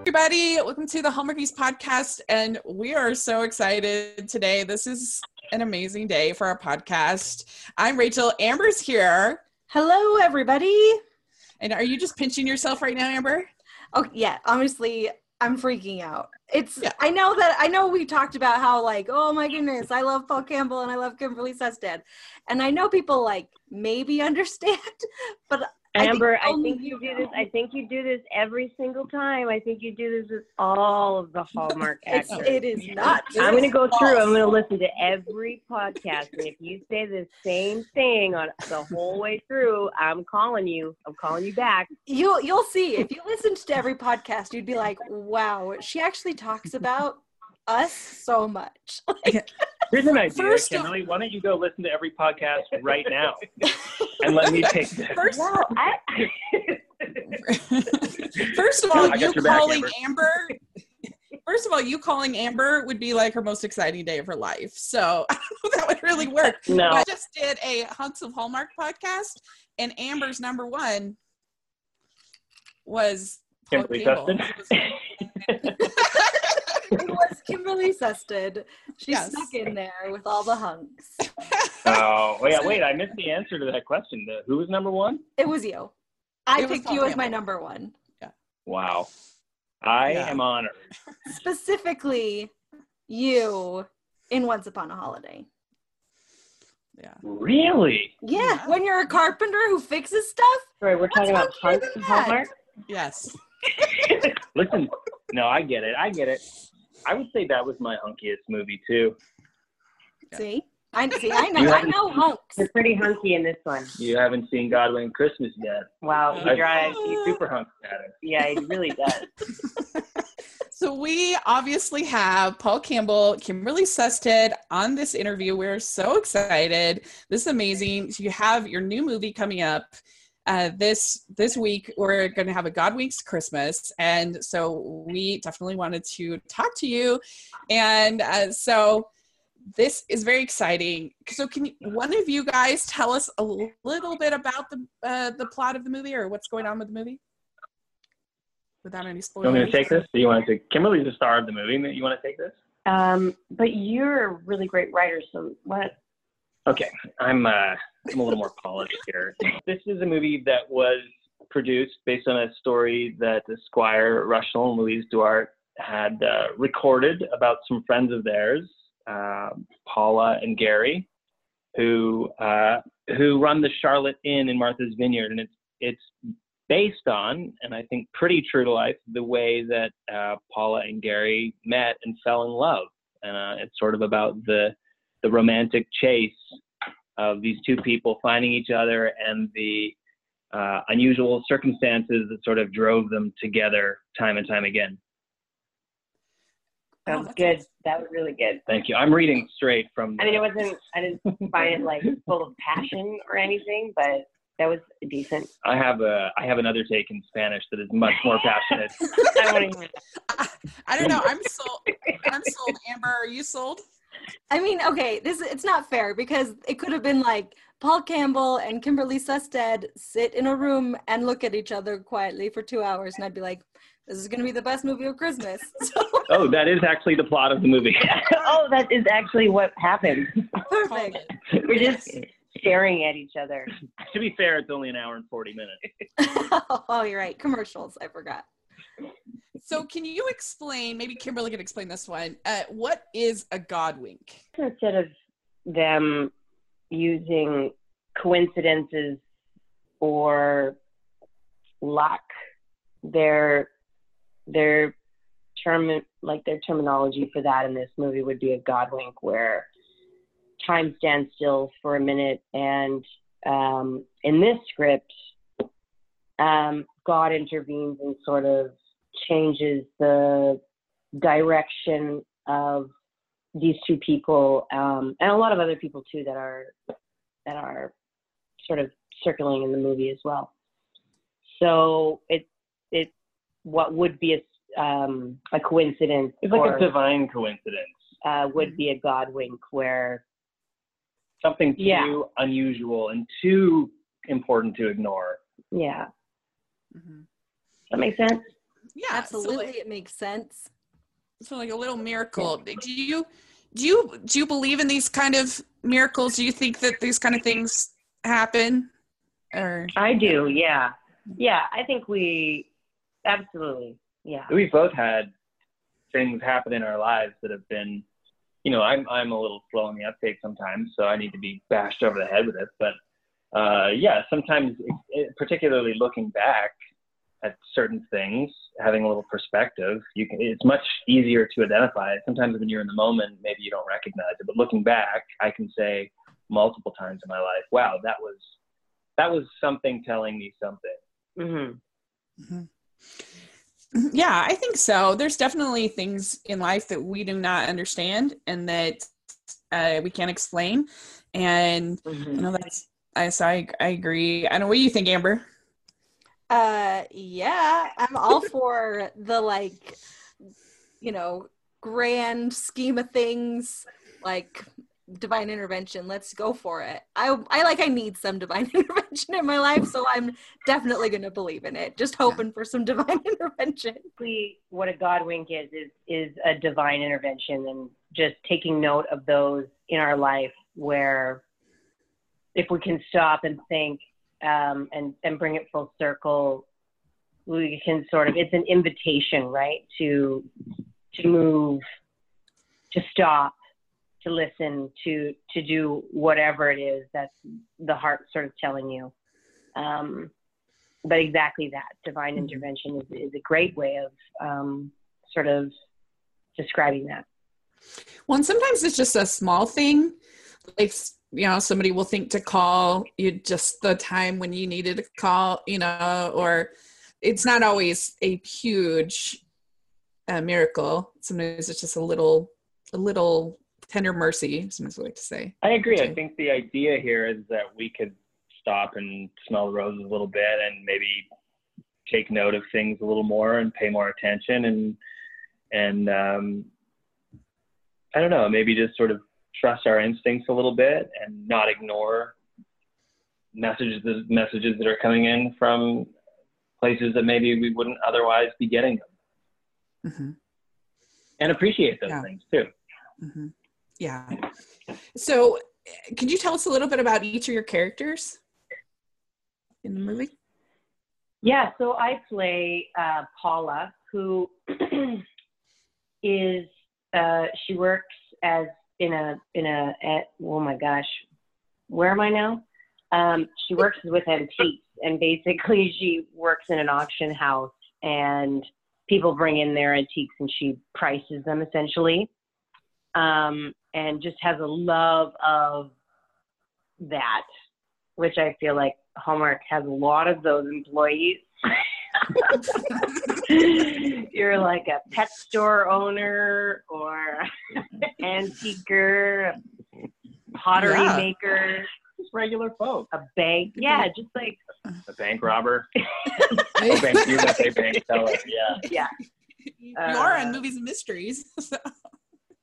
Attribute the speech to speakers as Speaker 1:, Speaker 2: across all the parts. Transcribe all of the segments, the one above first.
Speaker 1: everybody. Welcome to the Home Reviews podcast. And we are so excited today. This is an amazing day for our podcast. I'm Rachel. Amber's here.
Speaker 2: Hello, everybody.
Speaker 1: And are you just pinching yourself right now, Amber?
Speaker 2: Oh, yeah. Honestly, I'm freaking out. It's,
Speaker 1: Yeah.
Speaker 2: I know that, I know we talked about how, like, oh my goodness, I love Paul Campbell and I love Kimberly Sested. And I know people, like, maybe understand, but I think
Speaker 3: Amber, I
Speaker 2: only
Speaker 3: think you
Speaker 2: you
Speaker 3: do this.
Speaker 2: know.
Speaker 3: I think you do this every single time. I think you do this with all of the Hallmark
Speaker 2: it's,
Speaker 3: actors.
Speaker 2: it is not.
Speaker 3: I'm going to go through. I'm
Speaker 2: false.
Speaker 3: going to listen to every podcast, and if you say the same thing on the whole way through, I'm calling you. I'm calling you back.
Speaker 2: You'll, you'll see. If you listened to every podcast, you'd be like, wow, she actually talks about us so much.
Speaker 4: Here's an idea,
Speaker 1: First of-
Speaker 4: Kimberly. Why don't you go listen to every podcast right now, and let me take this?
Speaker 1: First,
Speaker 3: No, I,
Speaker 1: first of all,
Speaker 4: I got
Speaker 1: you
Speaker 4: your back,
Speaker 1: calling Amber. First of all, you calling Amber would be like her most exciting day of her life. So I don't know if that would really work.
Speaker 3: no.
Speaker 1: I just did a Hunts of Hallmark podcast, and Amber's number one was Paul
Speaker 4: Kimberly
Speaker 1: Campbell.
Speaker 4: Dustin.
Speaker 1: It was-
Speaker 2: it was Kimberly Sested. She
Speaker 1: Yes.
Speaker 2: stuck in there with all the hunks.
Speaker 4: Oh, wait,
Speaker 1: So-
Speaker 4: wait! I missed the answer to that question. The- who was number one?
Speaker 2: It was you. I
Speaker 1: It was
Speaker 2: picked
Speaker 1: Paul
Speaker 2: you as my
Speaker 1: Campbell.
Speaker 2: number one.
Speaker 4: Wow, I
Speaker 1: Yeah.
Speaker 4: am honored.
Speaker 2: Specifically, you in Once Upon a Holiday.
Speaker 1: yeah.
Speaker 4: Really?
Speaker 2: Yeah,
Speaker 1: Yeah.
Speaker 2: when you're a carpenter who fixes stuff.
Speaker 3: Sorry, we're talking about
Speaker 2: What's wrong
Speaker 3: Hunk
Speaker 2: with
Speaker 3: and
Speaker 2: that?
Speaker 3: Hallmark.
Speaker 1: Yes.
Speaker 4: Listen, no, I get it. I get it. I would say that was my hunkiest movie too.
Speaker 1: Yeah.
Speaker 2: See? I see. I know.
Speaker 4: You
Speaker 2: I
Speaker 4: haven't-
Speaker 2: know hunks.
Speaker 3: You're pretty hunky in this one.
Speaker 4: You haven't seen Godwin and Christmas yet.
Speaker 3: Wow,
Speaker 1: I-
Speaker 3: he drives.
Speaker 4: He's super hunk status.
Speaker 3: Yeah, he really does.
Speaker 1: So we obviously have Paul Campbell, Kimberly Sested on this interview. We're so excited. This is amazing. So you have your new movie coming up uh, this this week. We're going to have a God Weeks Christmas, and so we definitely wanted to talk to you. And uh, so this is very exciting. So can you- one of you guys tell us a little bit about the uh, the plot of the movie or what's going on with the movie? Without any
Speaker 4: You
Speaker 1: spoilers.
Speaker 4: want me to take this? Do you want to take? Kimberly's the star of the movie. You want to take this?
Speaker 3: Um, but you're a really great writer. So what?
Speaker 4: Okay, I'm uh, I'm a little more polished here. This is a movie that was produced based on a story that Squire Rushell and Louise Duarte had uh, recorded about some friends of theirs, um Paula and Gary, who uh, who run the Charlotte Inn in Martha's Vineyard, and it's it's based on, and I think pretty true to life, the way that uh, Paula and Gary met and fell in love, and uh, it's sort of about the the romantic chase of these two people finding each other and the uh, unusual circumstances that sort of drove them together time and time again.
Speaker 1: Oh,
Speaker 2: Oh,
Speaker 3: That was
Speaker 1: that's
Speaker 3: good. That was really good.
Speaker 4: Thank you. I'm reading straight from.
Speaker 3: I mean, it wasn't. I didn't find it like full of passion or anything, but that was decent.
Speaker 4: I have a. I have another take in Spanish that is much more passionate.
Speaker 3: I want to hear that.
Speaker 1: I, I don't know. I'm sold. I'm sold. Amber, are you sold?
Speaker 2: I mean, okay, this it's not fair because it could have been like Paul Campbell and Kimberly Sested sit in a room and look at each other quietly for two hours, and I'd be like, "This is gonna be the best movie of Christmas." So
Speaker 4: oh, that is actually the plot of the movie.
Speaker 3: Oh, that is actually what happened.
Speaker 1: Called
Speaker 2: perfect.
Speaker 1: it.
Speaker 3: We're just staring at each other.
Speaker 4: to be fair, it's only an hour and forty minutes.
Speaker 2: oh, you're right. Commercials. I forgot.
Speaker 1: So, can you explain? Maybe Kimberly can explain this one. Uh, what is a God wink?
Speaker 3: Instead of them using coincidences or luck, their their term like their terminology for that in this movie would be a God wink, where time stands still for a minute, and um, in this script, um, God intervenes and sort of changes the direction of these two people um, and a lot of other people too that are that are sort of circling in the movie as well. So it it what would be a um, a coincidence
Speaker 4: It's like
Speaker 3: or,
Speaker 4: a divine coincidence.
Speaker 3: uh, would be a God wink where
Speaker 4: Something too
Speaker 3: Yeah.
Speaker 4: unusual and too important to ignore.
Speaker 3: yeah
Speaker 1: Mhm.
Speaker 3: that makes sense
Speaker 1: yeah,
Speaker 2: Mm-hmm. Absolutely,
Speaker 1: So like,
Speaker 2: it makes sense.
Speaker 1: so like a little miracle. Do you do you do you believe in these kind of miracles? Do you think that these kind of things happen? Or
Speaker 3: I do, yeah. Yeah, I think we absolutely, yeah.
Speaker 4: We've both had things happen in our lives that have been, you know, I'm I'm a little slow on the uptake sometimes, so I need to be bashed over the head with it. But uh, yeah, sometimes, it, it, particularly looking back at certain things, having a little perspective, you can it's much easier to identify. it. Sometimes when you're in the moment, maybe you don't recognize it, but looking back, I can say multiple times in my life, wow, that was that was something telling me something.
Speaker 3: hmm
Speaker 2: Mm-hmm.
Speaker 1: Mm-hmm. yeah, I think so. There's definitely things in life that we do not understand and that uh, we can't explain. And
Speaker 3: mm-hmm.
Speaker 1: you know that's I so I, I agree. I know what do you think, Amber.
Speaker 2: Uh, yeah, I'm all for the like, you know, grand scheme of things, like divine intervention. Let's go for it. I I like I need some divine intervention in my life, so I'm definitely gonna believe in it. Just hoping for some divine intervention.
Speaker 3: Basically, what a God wink is, is is a divine intervention and just taking note of those in our life where if we can stop and think um, and and bring it full circle, we can sort of it's an invitation, right? To to move, to stop, to listen, to to do whatever it is that's the heart sort of telling you. Um, but exactly that divine intervention is, is a great way of um, sort of describing that.
Speaker 1: Well, and sometimes it's just a small thing. Like, s- you know, somebody will think to call you just the time when you needed a call, you know, or it's not always a huge uh, miracle. Sometimes it's just a little, a little tender mercy, sometimes we like to say.
Speaker 4: I agree.
Speaker 1: too.
Speaker 4: I think the idea here is that we could stop and smell the roses a little bit and maybe take note of things a little more and pay more attention and and um, I don't know, maybe just sort of trust our instincts a little bit and not ignore messages messages that are coming in from places that maybe we wouldn't otherwise be getting them
Speaker 1: Mhm.
Speaker 4: and appreciate those
Speaker 1: Yeah.
Speaker 4: things too.
Speaker 1: Mhm. Yeah. So, eh, could you tell us a little bit about each of your characters in the movie?
Speaker 3: Yeah, so I play uh, Paula, who is uh, she works as in a in a at, oh my gosh, where am I now? Um, she works with antiques, and basically she works in an auction house, and people bring in their antiques, and she prices them essentially, um, and just has a love of that which I feel like Hallmark has a lot of those employees. You're like a pet store owner or antiquer, a pottery
Speaker 1: Yeah.
Speaker 3: maker,
Speaker 4: Just regular folk.
Speaker 3: a bank. Yeah, just like
Speaker 4: A bank robber. A bank USA bank teller. Yeah.
Speaker 1: you are on
Speaker 3: Uh,
Speaker 1: movies and mysteries. so-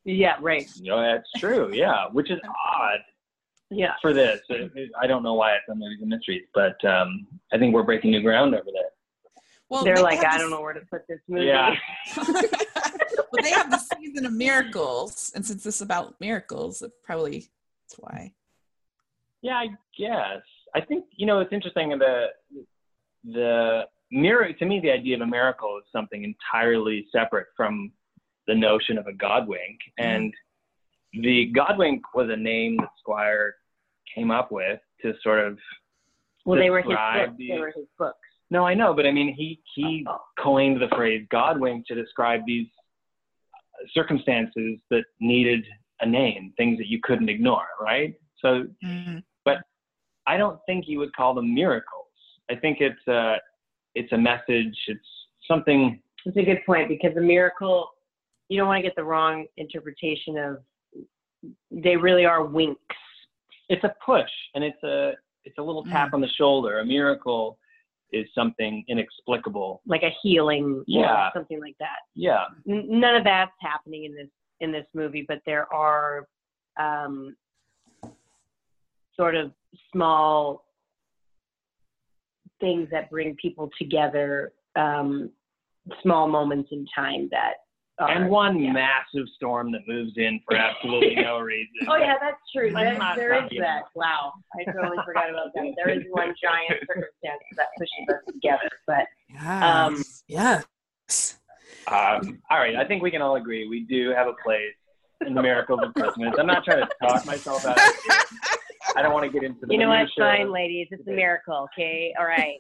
Speaker 3: yeah, right.
Speaker 4: You know, that's true. Yeah, which is odd
Speaker 3: Yeah.
Speaker 4: for this. It- it- I don't know why it's on movies and mysteries, but um, I think we're breaking new ground over there.
Speaker 1: well,
Speaker 3: They're
Speaker 1: they
Speaker 3: like,
Speaker 1: have
Speaker 3: I
Speaker 1: this-
Speaker 3: don't know where to put this movie.
Speaker 4: Yeah.
Speaker 1: well, they have the season of miracles, and since this is about miracles, it probably that's why.
Speaker 4: Yeah, I guess. I think you know it's interesting. The the miracle to me, the idea of a miracle is something entirely separate from the notion of a god wink. And the god wink was a name that Squire came up with to sort of
Speaker 3: Well, they were his
Speaker 4: Describe
Speaker 3: books.
Speaker 4: the-
Speaker 3: They were his books.
Speaker 4: No, I know, but I mean, he he
Speaker 3: Oh.
Speaker 4: coined the phrase God wink to describe these circumstances that needed a name, things that you couldn't ignore, right? So
Speaker 1: Mm-hmm.
Speaker 4: I don't think you would call them miracles. I think it's a it's a message. It's something.
Speaker 3: That's a good point because a miracle, you don't want to get the wrong interpretation of. They really are winks.
Speaker 4: It's a push, and it's a it's a
Speaker 3: Mm.
Speaker 4: little tap on the shoulder. A miracle is something inexplicable.
Speaker 3: like a healing
Speaker 4: Yeah.
Speaker 3: or something like that.
Speaker 4: Yeah,
Speaker 3: N- none of that's happening in this in this movie, but there are um, sort of small things that bring people together um, small moments in time that are,
Speaker 4: and one
Speaker 3: yeah.
Speaker 4: massive storm that moves in for absolutely no reason.
Speaker 3: Oh yeah, that's true.
Speaker 4: Like
Speaker 3: There,
Speaker 4: last
Speaker 3: there
Speaker 4: time,
Speaker 3: is
Speaker 4: you
Speaker 3: that. Wow, I totally forgot about that. There is one giant circumstance that pushes us together, but Um,
Speaker 1: yes.
Speaker 4: Um, all right, I think we can all agree we do have a place in the miracles of Christmas. I'm not trying to talk myself out. Of it. I don't want to get into the
Speaker 3: you know what?
Speaker 4: minutia.
Speaker 3: Fine, ladies, it's a miracle. Okay, all right.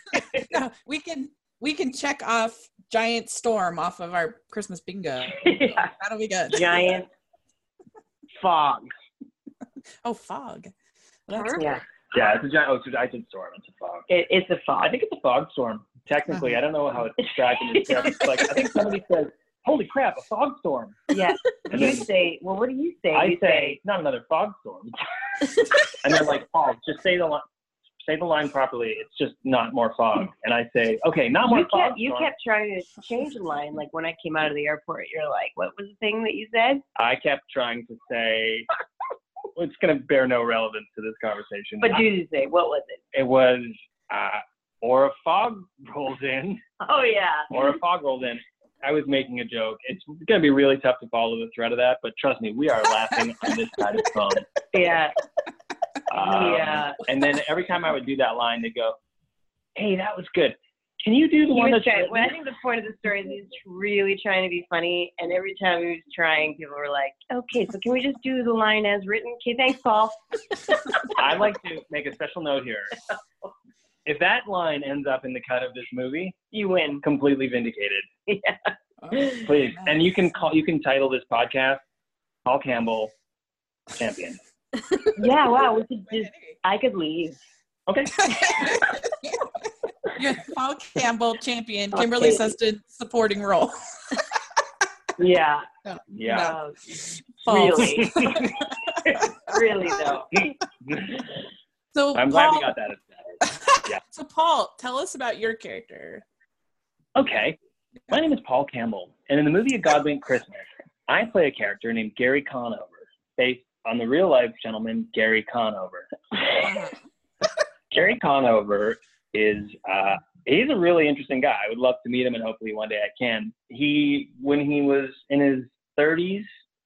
Speaker 1: No, we can we can check off giant storm off of our Christmas bingo.
Speaker 3: Yeah.
Speaker 1: That'll be good.
Speaker 3: Giant fog.
Speaker 1: Oh, fog. Well, that's-
Speaker 2: Perfect.
Speaker 3: Yeah,
Speaker 4: Yeah, it's a giant. Oh, it's a, I said storm. It's a fog.
Speaker 3: it, it's a fog.
Speaker 4: I think it's a fog storm. Technically,
Speaker 3: Uh-huh.
Speaker 4: I don't know how it's described in the script. It's like I think somebody says, "Holy crap, a fog storm!"
Speaker 3: yeah,
Speaker 4: And
Speaker 3: you
Speaker 4: then
Speaker 3: say. Well, what do you say?
Speaker 4: I
Speaker 3: You
Speaker 4: say, "Not another fog storm." and they're like, "Paul, just say the line." Say the line properly. It's just not more fog. And I say, okay, not more
Speaker 3: You
Speaker 4: fog.
Speaker 3: kept, you
Speaker 4: storm.
Speaker 3: kept trying to change the line. Like when I came out of the airport, you're like, "What was the thing that you said?"
Speaker 4: I kept trying to say well, it's going to bear no relevance to this conversation.
Speaker 3: But do you say what was it?
Speaker 4: it was uh, or a fog rolls in,
Speaker 3: Oh yeah.
Speaker 4: or a fog rolls in. I was making a joke. It's going to be really tough to follow the thread of that, but trust me, we are laughing on this side of the phone.
Speaker 3: Yeah.
Speaker 4: Um,
Speaker 3: Yeah.
Speaker 4: And then every time I would do that line, they go, "Hey, that was good. Can you do the
Speaker 3: He
Speaker 4: one
Speaker 3: was
Speaker 4: that's
Speaker 3: trying, well, I think the point of the story is he was really trying to be funny, and every time he was trying, people were like, "Okay, so can we just do the line as written?" Okay, thanks, Paul.
Speaker 4: I'd like to make a special note here. If that line ends up in the cut of this movie,
Speaker 3: You win.
Speaker 4: completely vindicated.
Speaker 1: oh,
Speaker 4: Please.
Speaker 1: nice.
Speaker 4: And you can call you can title this podcast Paul Campbell Champion.
Speaker 3: Yeah. Wow. We could just. I could leave.
Speaker 4: Okay.
Speaker 1: Yeah, Paul Campbell champion,
Speaker 3: Paul
Speaker 1: Kimberly
Speaker 3: Campbell.
Speaker 1: Seston supporting role.
Speaker 3: Yeah.
Speaker 4: Yeah.
Speaker 3: um,
Speaker 1: False.
Speaker 3: Really. really though.
Speaker 1: So
Speaker 4: I'm glad
Speaker 1: Paul,
Speaker 4: we got that.
Speaker 1: so Paul, tell us about your character.
Speaker 4: Okay. My name is Paul Campbell, and in the movie A God Went Christmas, I play a character named Gary Conover, based on the real life gentleman Gary Conover.
Speaker 1: Uh-huh.
Speaker 4: Gary Conover is uh, he's a really interesting guy. I would love to meet him, and hopefully one day I can. He when he was in his 30s,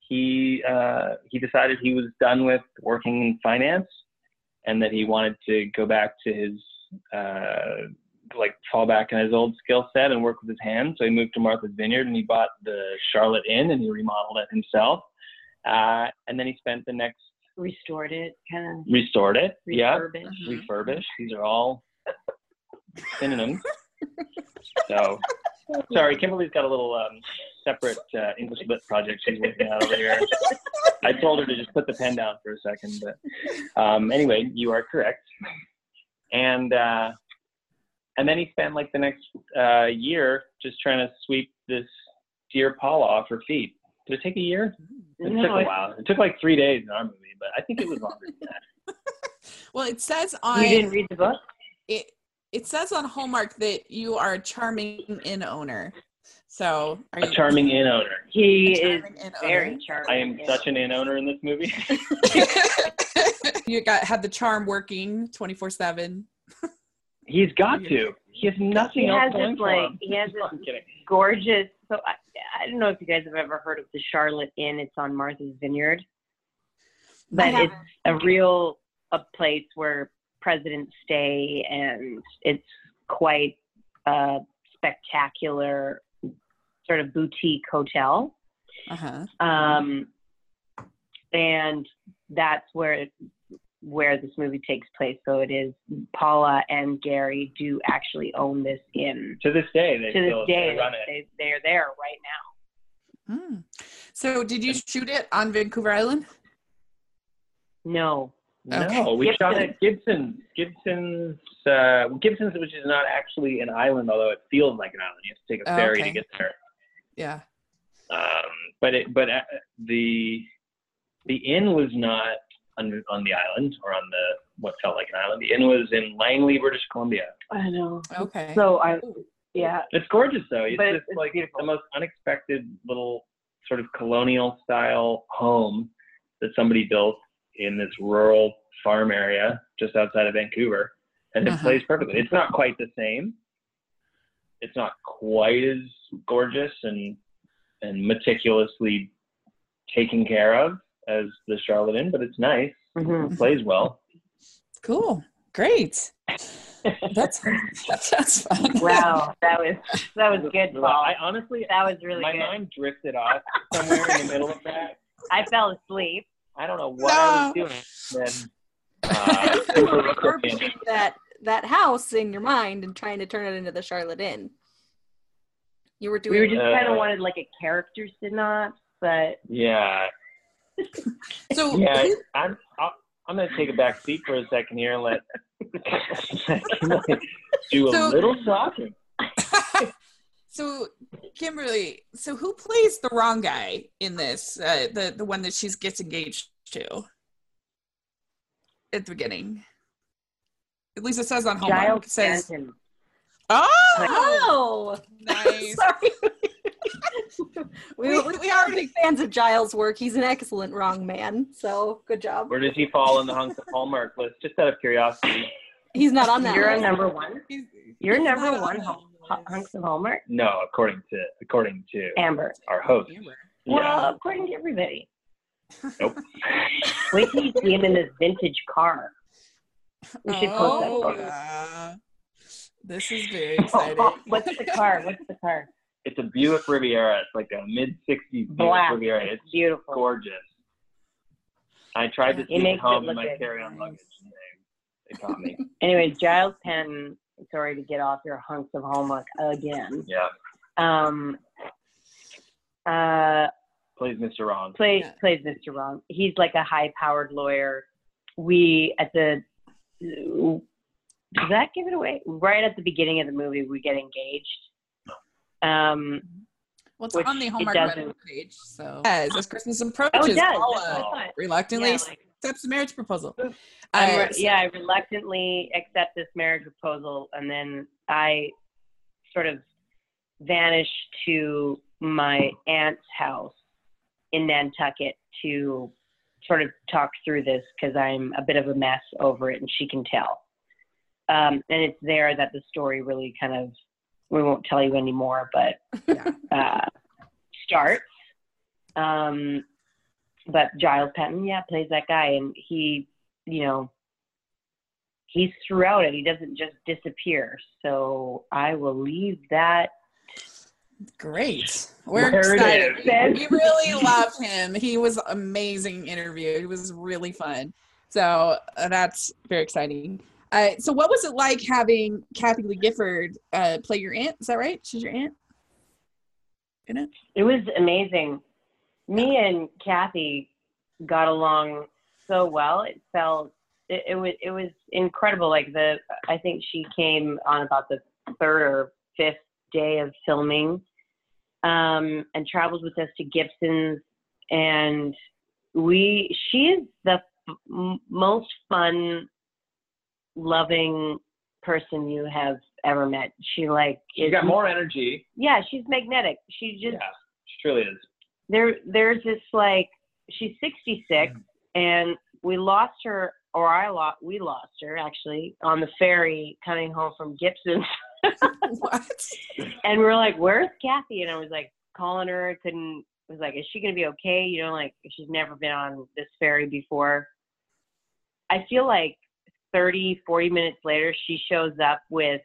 Speaker 4: he uh, he decided he was done with working in finance, and that he wanted to go back to his uh, like fall back on his old skill set and work with his hands. So he moved to Martha's Vineyard and he bought the Charlotte Inn and he remodeled it himself. Uh, and then he spent the next
Speaker 3: Restored it, kind of.
Speaker 4: restored it. Yeah
Speaker 3: Refurbished.
Speaker 1: Mhm.
Speaker 4: refurbish. These are all synonyms. so, sorry, Kimberly's got a little um, separate uh, English lit project she's working on over here. I told her to just put the pen down for a second, but um, anyway, you are correct. And uh, and then he spent like the next uh, year just trying to sweep this dear Paula off her feet. Did it take a year? It
Speaker 3: No,
Speaker 4: took a
Speaker 3: it-
Speaker 4: while. It took like three days in our movie, but I think it was longer than that.
Speaker 1: Well, it says
Speaker 3: You
Speaker 1: on
Speaker 3: didn't read the book?
Speaker 1: it it says on Hallmark that you are a charming inn owner. So are
Speaker 4: A
Speaker 1: you
Speaker 4: charming inn owner.
Speaker 3: He
Speaker 1: a
Speaker 3: is
Speaker 1: charming inn
Speaker 3: very charming.
Speaker 4: I am such an inn owner in this movie.
Speaker 1: owner? you got had the charm working twenty four seven.
Speaker 4: He's got to. He has nothing
Speaker 3: He
Speaker 4: else
Speaker 3: has
Speaker 4: going
Speaker 3: this,
Speaker 4: for
Speaker 3: like-
Speaker 4: him.
Speaker 3: he has
Speaker 4: No, I'm
Speaker 3: this-
Speaker 4: kidding.
Speaker 3: gorgeous. So I, I don't know if you guys have ever heard of the Charlotte Inn. It's on Martha's Vineyard,
Speaker 2: I
Speaker 3: but it's
Speaker 2: haven't-
Speaker 3: a real a place where presidents stay, and it's quite a spectacular sort of boutique hotel.
Speaker 1: Uh huh.
Speaker 3: Um, and that's where where this movie takes place. So it is Paula and Gary do actually own this inn.
Speaker 4: To this day, they
Speaker 3: To this
Speaker 4: still
Speaker 3: day,
Speaker 4: they run it.
Speaker 3: they, they're there right now.
Speaker 1: Hmm. So did you shoot it on Vancouver Island?
Speaker 3: No.
Speaker 4: No, we shot
Speaker 3: Gibson.
Speaker 4: at Gibson. Gibson's, uh, Gibson's, which is not actually an island, although it feels like an island. You have to take a
Speaker 1: Oh,
Speaker 4: ferry
Speaker 1: okay.
Speaker 4: to get there.
Speaker 1: Yeah.
Speaker 4: Um, but it, but uh, the the inn was not on, on the island or on the what felt like an island. The inn was in Langley, British Columbia.
Speaker 3: I know.
Speaker 1: Okay.
Speaker 3: So I, yeah,
Speaker 4: It's gorgeous though. It's
Speaker 3: But
Speaker 4: just
Speaker 3: it's- it's
Speaker 4: like
Speaker 3: beautiful.
Speaker 4: the most unexpected little sort of colonial style home that somebody built in this rural farm area just outside of Vancouver. And it
Speaker 1: Uh-huh.
Speaker 4: plays perfectly. It's not quite the same. it's not quite as gorgeous and and meticulously taken care of as the Charlotte Inn, but it's nice.
Speaker 3: Mm-hmm.
Speaker 4: It plays well.
Speaker 1: Cool. Great. That's that sounds fun.
Speaker 3: Wow, that was that was good,
Speaker 4: Well,
Speaker 3: Paul.
Speaker 4: I honestly,
Speaker 3: That was really
Speaker 4: my
Speaker 3: good.
Speaker 4: mind drifted off somewhere in the middle of that.
Speaker 3: I fell asleep.
Speaker 4: I don't know what I was doing. Then, uh,
Speaker 2: You were refurbishing that that house in your mind and trying to turn it into the Charlotte Inn. You were doing
Speaker 3: We were just
Speaker 4: Uh,
Speaker 3: kind of wanted like a character synopsis, but
Speaker 4: yeah,
Speaker 1: So
Speaker 4: yeah. I'm I'll, I'm gonna take a back seat for a second here and let do a
Speaker 1: So-
Speaker 4: little talking.
Speaker 1: so Kimberly, so who plays the wrong guy in this? Uh, the the one that she's gets engaged to at the beginning. At least it says on homework.
Speaker 3: Giles
Speaker 1: it says,
Speaker 3: Stanton.
Speaker 1: "Oh,
Speaker 2: Oh,
Speaker 1: nice."
Speaker 2: sorry.
Speaker 1: We-
Speaker 2: we, we,
Speaker 1: we
Speaker 2: are
Speaker 1: already-
Speaker 2: big fans of Giles' work. He's an excellent wrong man. So good job.
Speaker 4: Where does he fall in the hunk of Hallmark list? Just out of curiosity.
Speaker 2: He's not on that.
Speaker 3: You're a
Speaker 2: list.
Speaker 3: number one. You're
Speaker 1: He's
Speaker 3: number
Speaker 1: not
Speaker 3: one.
Speaker 1: on
Speaker 3: Hul-
Speaker 1: that
Speaker 3: Hu-
Speaker 1: list.
Speaker 3: Hunks of Homework.
Speaker 4: No, according to according to
Speaker 3: Amber.
Speaker 4: our host.
Speaker 1: Amber.
Speaker 4: Yeah.
Speaker 3: Well, according to everybody.
Speaker 4: Nope.
Speaker 3: Wait till you see him in this vintage car. We should post that
Speaker 1: Oh,
Speaker 3: photo.
Speaker 1: uh, this is very exciting.
Speaker 3: What's the car? What's the car?
Speaker 4: It's a Buick Riviera. It's like a mid '60s Buick
Speaker 3: Black.
Speaker 4: Riviera. It's
Speaker 3: It's beautiful.
Speaker 4: gorgeous. I tried to
Speaker 1: It
Speaker 4: take it
Speaker 3: makes it
Speaker 4: home in
Speaker 3: look
Speaker 4: my
Speaker 3: good.
Speaker 4: carry-on luggage. and They, they caught me.
Speaker 3: Anyway, Giles Penn. Sorry to get off your hunks of homework again.
Speaker 4: Yeah,
Speaker 3: Um, uh,
Speaker 4: plays Mr. Wrong.
Speaker 3: plays
Speaker 1: Yeah.
Speaker 3: plays Mr. Wrong. He's like a high-powered lawyer. We at the does that give it away? Right at the beginning of the movie, we get engaged. Um,
Speaker 1: Well, it's
Speaker 3: Which
Speaker 1: on the
Speaker 3: it
Speaker 1: Hallmark
Speaker 3: doesn't-
Speaker 1: web page, so yes, as Christmas
Speaker 3: oh,
Speaker 1: approaches,
Speaker 3: it does. That's what I
Speaker 1: Paula
Speaker 3: thought.
Speaker 1: reluctantly
Speaker 3: Yeah, like,
Speaker 1: accepts the marriage proposal.
Speaker 3: Oop. I'm
Speaker 1: Uh,
Speaker 3: re- yeah, I reluctantly accept this marriage proposal, and then I sort of vanish to my aunt's house in Nantucket to sort of talk through this because I'm a bit of a mess over it, and she can tell. Um, and it's there that the story really kind of we won't tell you anymore, but
Speaker 1: yeah.
Speaker 3: uh, starts. Um, but Giles Patton, yeah, plays that guy, and he, you know, he's throughout it. He doesn't just disappear. So I will leave that.
Speaker 1: Great. We're
Speaker 4: Where it
Speaker 1: excited.
Speaker 4: is.
Speaker 1: We- We really loved him. He was amazing interview. It was really fun. So uh, that's very exciting. Uh, so what was it like having Kathy Lee Gifford uh, play your aunt? Is that right? She's your aunt? In it?
Speaker 3: It was amazing. Me and Kathy got along so well. It felt it, it was it was incredible. Like the I think she came on about the third or fifth day of filming, um, and traveled with us to Gibson's, and we she is the f- m- most fun, loving person you have ever met. She like
Speaker 4: You got more energy.
Speaker 3: Yeah, she's magnetic. She just
Speaker 4: yeah, she truly is.
Speaker 3: there there's this like she's 66 and we lost her or I lost we lost her actually on the ferry coming home from Gibson
Speaker 1: What?
Speaker 3: and we were like where's Kathy and I was like calling her couldn't was like is she going to be okay you know like she's never been on this ferry before I feel like 30 40 minutes later she shows up with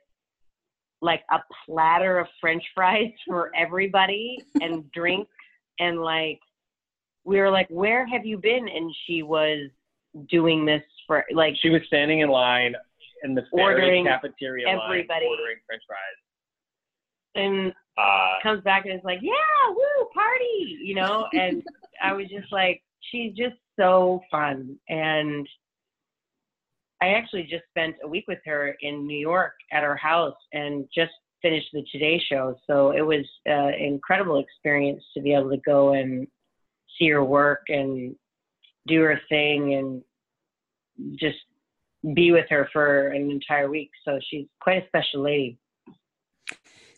Speaker 3: like a platter of french fries for everybody and drinks and like we were like where have you been and she was doing this for like
Speaker 4: She was standing in line in the ferry
Speaker 3: Ordering
Speaker 4: cafeteria
Speaker 3: everybody.
Speaker 4: line, ordering French fries.
Speaker 3: and
Speaker 4: Uh,
Speaker 3: comes back and is like yeah woo party you know and i was just like she's just so fun and i actually just spent a week with her in new york at her house and just finished the today show so it was an incredible experience to be able to go and see her work and do her thing and just be with her for an entire week so she's quite a special lady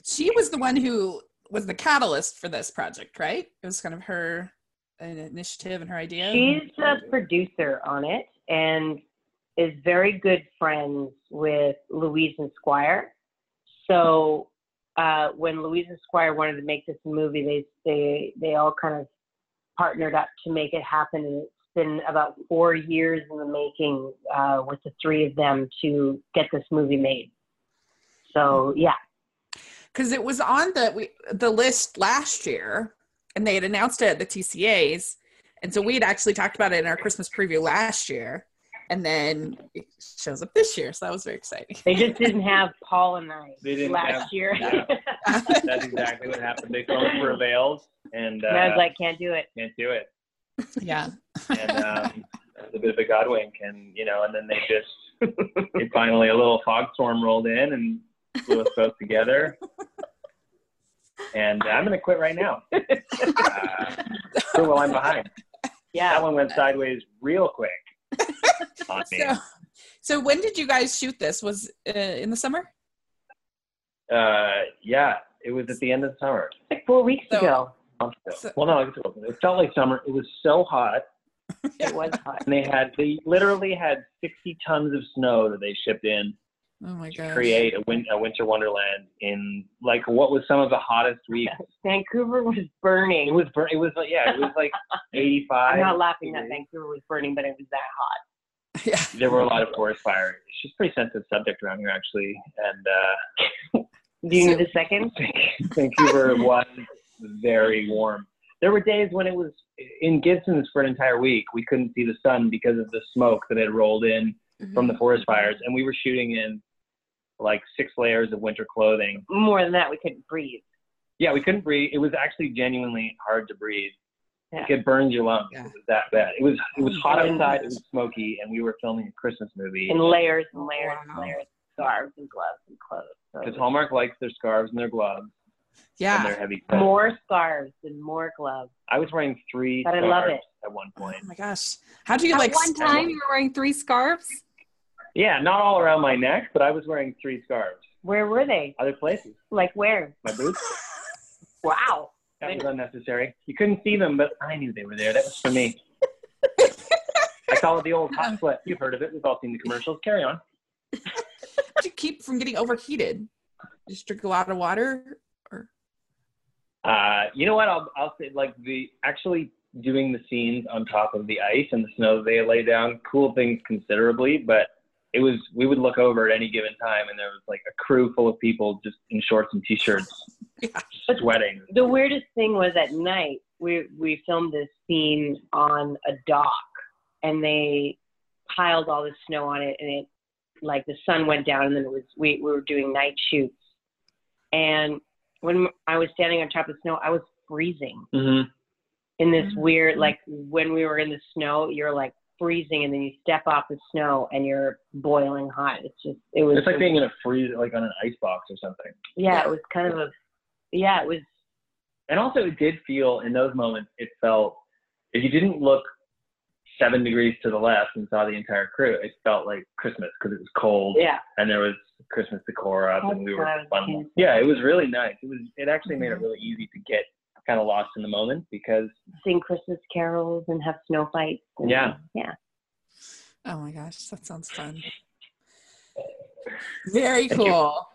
Speaker 1: She was the one who was the catalyst for this project, right? It was kind of her uh, initiative and her idea.
Speaker 3: She's a producer on it and is very good friends with Louise and Squire. So uh, when Louisa Squire wanted to make this movie, they they they all kind of partnered up to make it happen, and it's been about four years in the making uh, with the three of them to get this movie made. So yeah,
Speaker 1: because it was on the we, the list last year, and they had announced it at the TCAs, and so we had actually talked about it in our Christmas preview last year, and then it shows up this year. So that was very exciting.
Speaker 3: they just didn't have Paul and I
Speaker 4: They didn't
Speaker 3: last
Speaker 4: have-
Speaker 3: year.
Speaker 4: yeah. That's exactly what happened. They filmed for Avails and, uh,
Speaker 3: and I was like, can't do it.
Speaker 4: can't do it.
Speaker 1: yeah.
Speaker 4: And um, it was a bit of a god wink, and you know, and then they just it finally a little fogstorm rolled in and blew us both together. And I'm gonna quit right now. Uh, quit while I'm behind. That
Speaker 3: Yeah,
Speaker 4: one went sideways real quick. On me.
Speaker 1: So, so when did you guys shoot this? Was uh, in the summer?
Speaker 4: Uh, yeah, it was at the end of summer.
Speaker 3: like four weeks
Speaker 1: So-
Speaker 3: ago.
Speaker 4: months ago.
Speaker 1: So-
Speaker 4: well, no, I guess it wasn't. It felt like summer. It was so hot,
Speaker 3: It was hot.
Speaker 4: and they had they literally had 60 tons of snow that they shipped in
Speaker 1: Oh my
Speaker 4: to
Speaker 1: gosh.
Speaker 4: create a, win- a winter wonderland in like what was some of the hottest weeks.
Speaker 3: Vancouver was
Speaker 4: It
Speaker 3: burning.
Speaker 4: was burn- it was like yeah, it was like
Speaker 3: I'm
Speaker 4: 85.
Speaker 3: not laughing that Vancouver was burning, but it was that hot.
Speaker 1: Yeah.
Speaker 4: There were a lot of forest fires. It's just a pretty sensitive subject around here actually, and uh,
Speaker 3: Do you
Speaker 1: So-
Speaker 3: need a second?
Speaker 4: Vancouver was very warm. There were days when it was in Gibson's for an entire week. We couldn't see the sun because of the smoke that had rolled in from the forest fires, and we were shooting in like six layers of winter clothing.
Speaker 3: More than that, we couldn't breathe.
Speaker 4: Yeah, we couldn't breathe. It was actually genuinely hard to breathe.
Speaker 3: Yeah. Oh
Speaker 4: It burned your lungs.
Speaker 1: Yeah.
Speaker 4: It was that bad. It was it was hot
Speaker 3: Yeah.
Speaker 4: outside. It was smoky, and we were filming a Christmas movie.
Speaker 3: In layers and layers and
Speaker 1: Wow.
Speaker 3: layers, scarves and gloves and clothes. So
Speaker 4: Because
Speaker 3: it was
Speaker 4: Hallmark likes their scarves and their gloves and
Speaker 1: Yeah.
Speaker 4: their heavy coats.
Speaker 3: more scarves and more gloves.
Speaker 4: I was wearing three
Speaker 3: But I
Speaker 4: scarves
Speaker 3: love it.
Speaker 4: at one
Speaker 1: Oh
Speaker 4: point.
Speaker 1: my gosh. How do you like?
Speaker 2: Mm-hmm. At
Speaker 1: st-
Speaker 2: one time, you were wearing three scarves.
Speaker 4: Yeah, not all around my neck, but I was wearing three scarves.
Speaker 3: Where were they?
Speaker 4: Other places,
Speaker 3: Like where?
Speaker 4: my boots.
Speaker 3: Wow.
Speaker 4: That was unnecessary. You couldn't see them, but I knew they were there. That was for me. I call it the old hot sweat. You've heard of it. We've all seen the commercials. Carry on.
Speaker 1: how do you keep from getting overheated? Just drink a lot of water.
Speaker 4: Uh, you know what? I'll I'll say like the actually doing the scenes on top of the ice and the snow that they lay down cool things considerably, but it was we would look over at any given time and there was like a crew full of people just in shorts and t-shirts sweating.
Speaker 3: The weirdest thing was at night we we filmed this scene on a dock and they piled all the snow on it and it like the sun went down and then it was we, we were doing night shoots and when I was standing on top of the snow I was freezing
Speaker 4: hmm
Speaker 3: in this
Speaker 1: Mhm.
Speaker 3: weird like when we were in the snow you're like freezing and then you step off the snow and you're boiling hot it's just it was
Speaker 4: It's like being in a freeze like on an ice box or something.
Speaker 3: yeah it was kind of a yeah it was
Speaker 4: And also, it did feel in those moments, it felt if you didn't look seven degrees to the left and saw the entire crew, it felt like Christmas because it was cold
Speaker 3: yeah
Speaker 4: and there was Christmas decor up and we
Speaker 3: That's Mm-hmm.
Speaker 4: were
Speaker 3: what I was
Speaker 4: fun.
Speaker 3: thinking.
Speaker 4: Yeah, it was really nice. It was. It actually made it really easy to get kind of lost in the moment because
Speaker 3: sing Christmas carols and have snow fights. and-
Speaker 4: Yeah.
Speaker 3: Yeah.
Speaker 1: Oh my gosh, that sounds fun. Very
Speaker 4: Thank you.
Speaker 1: cool.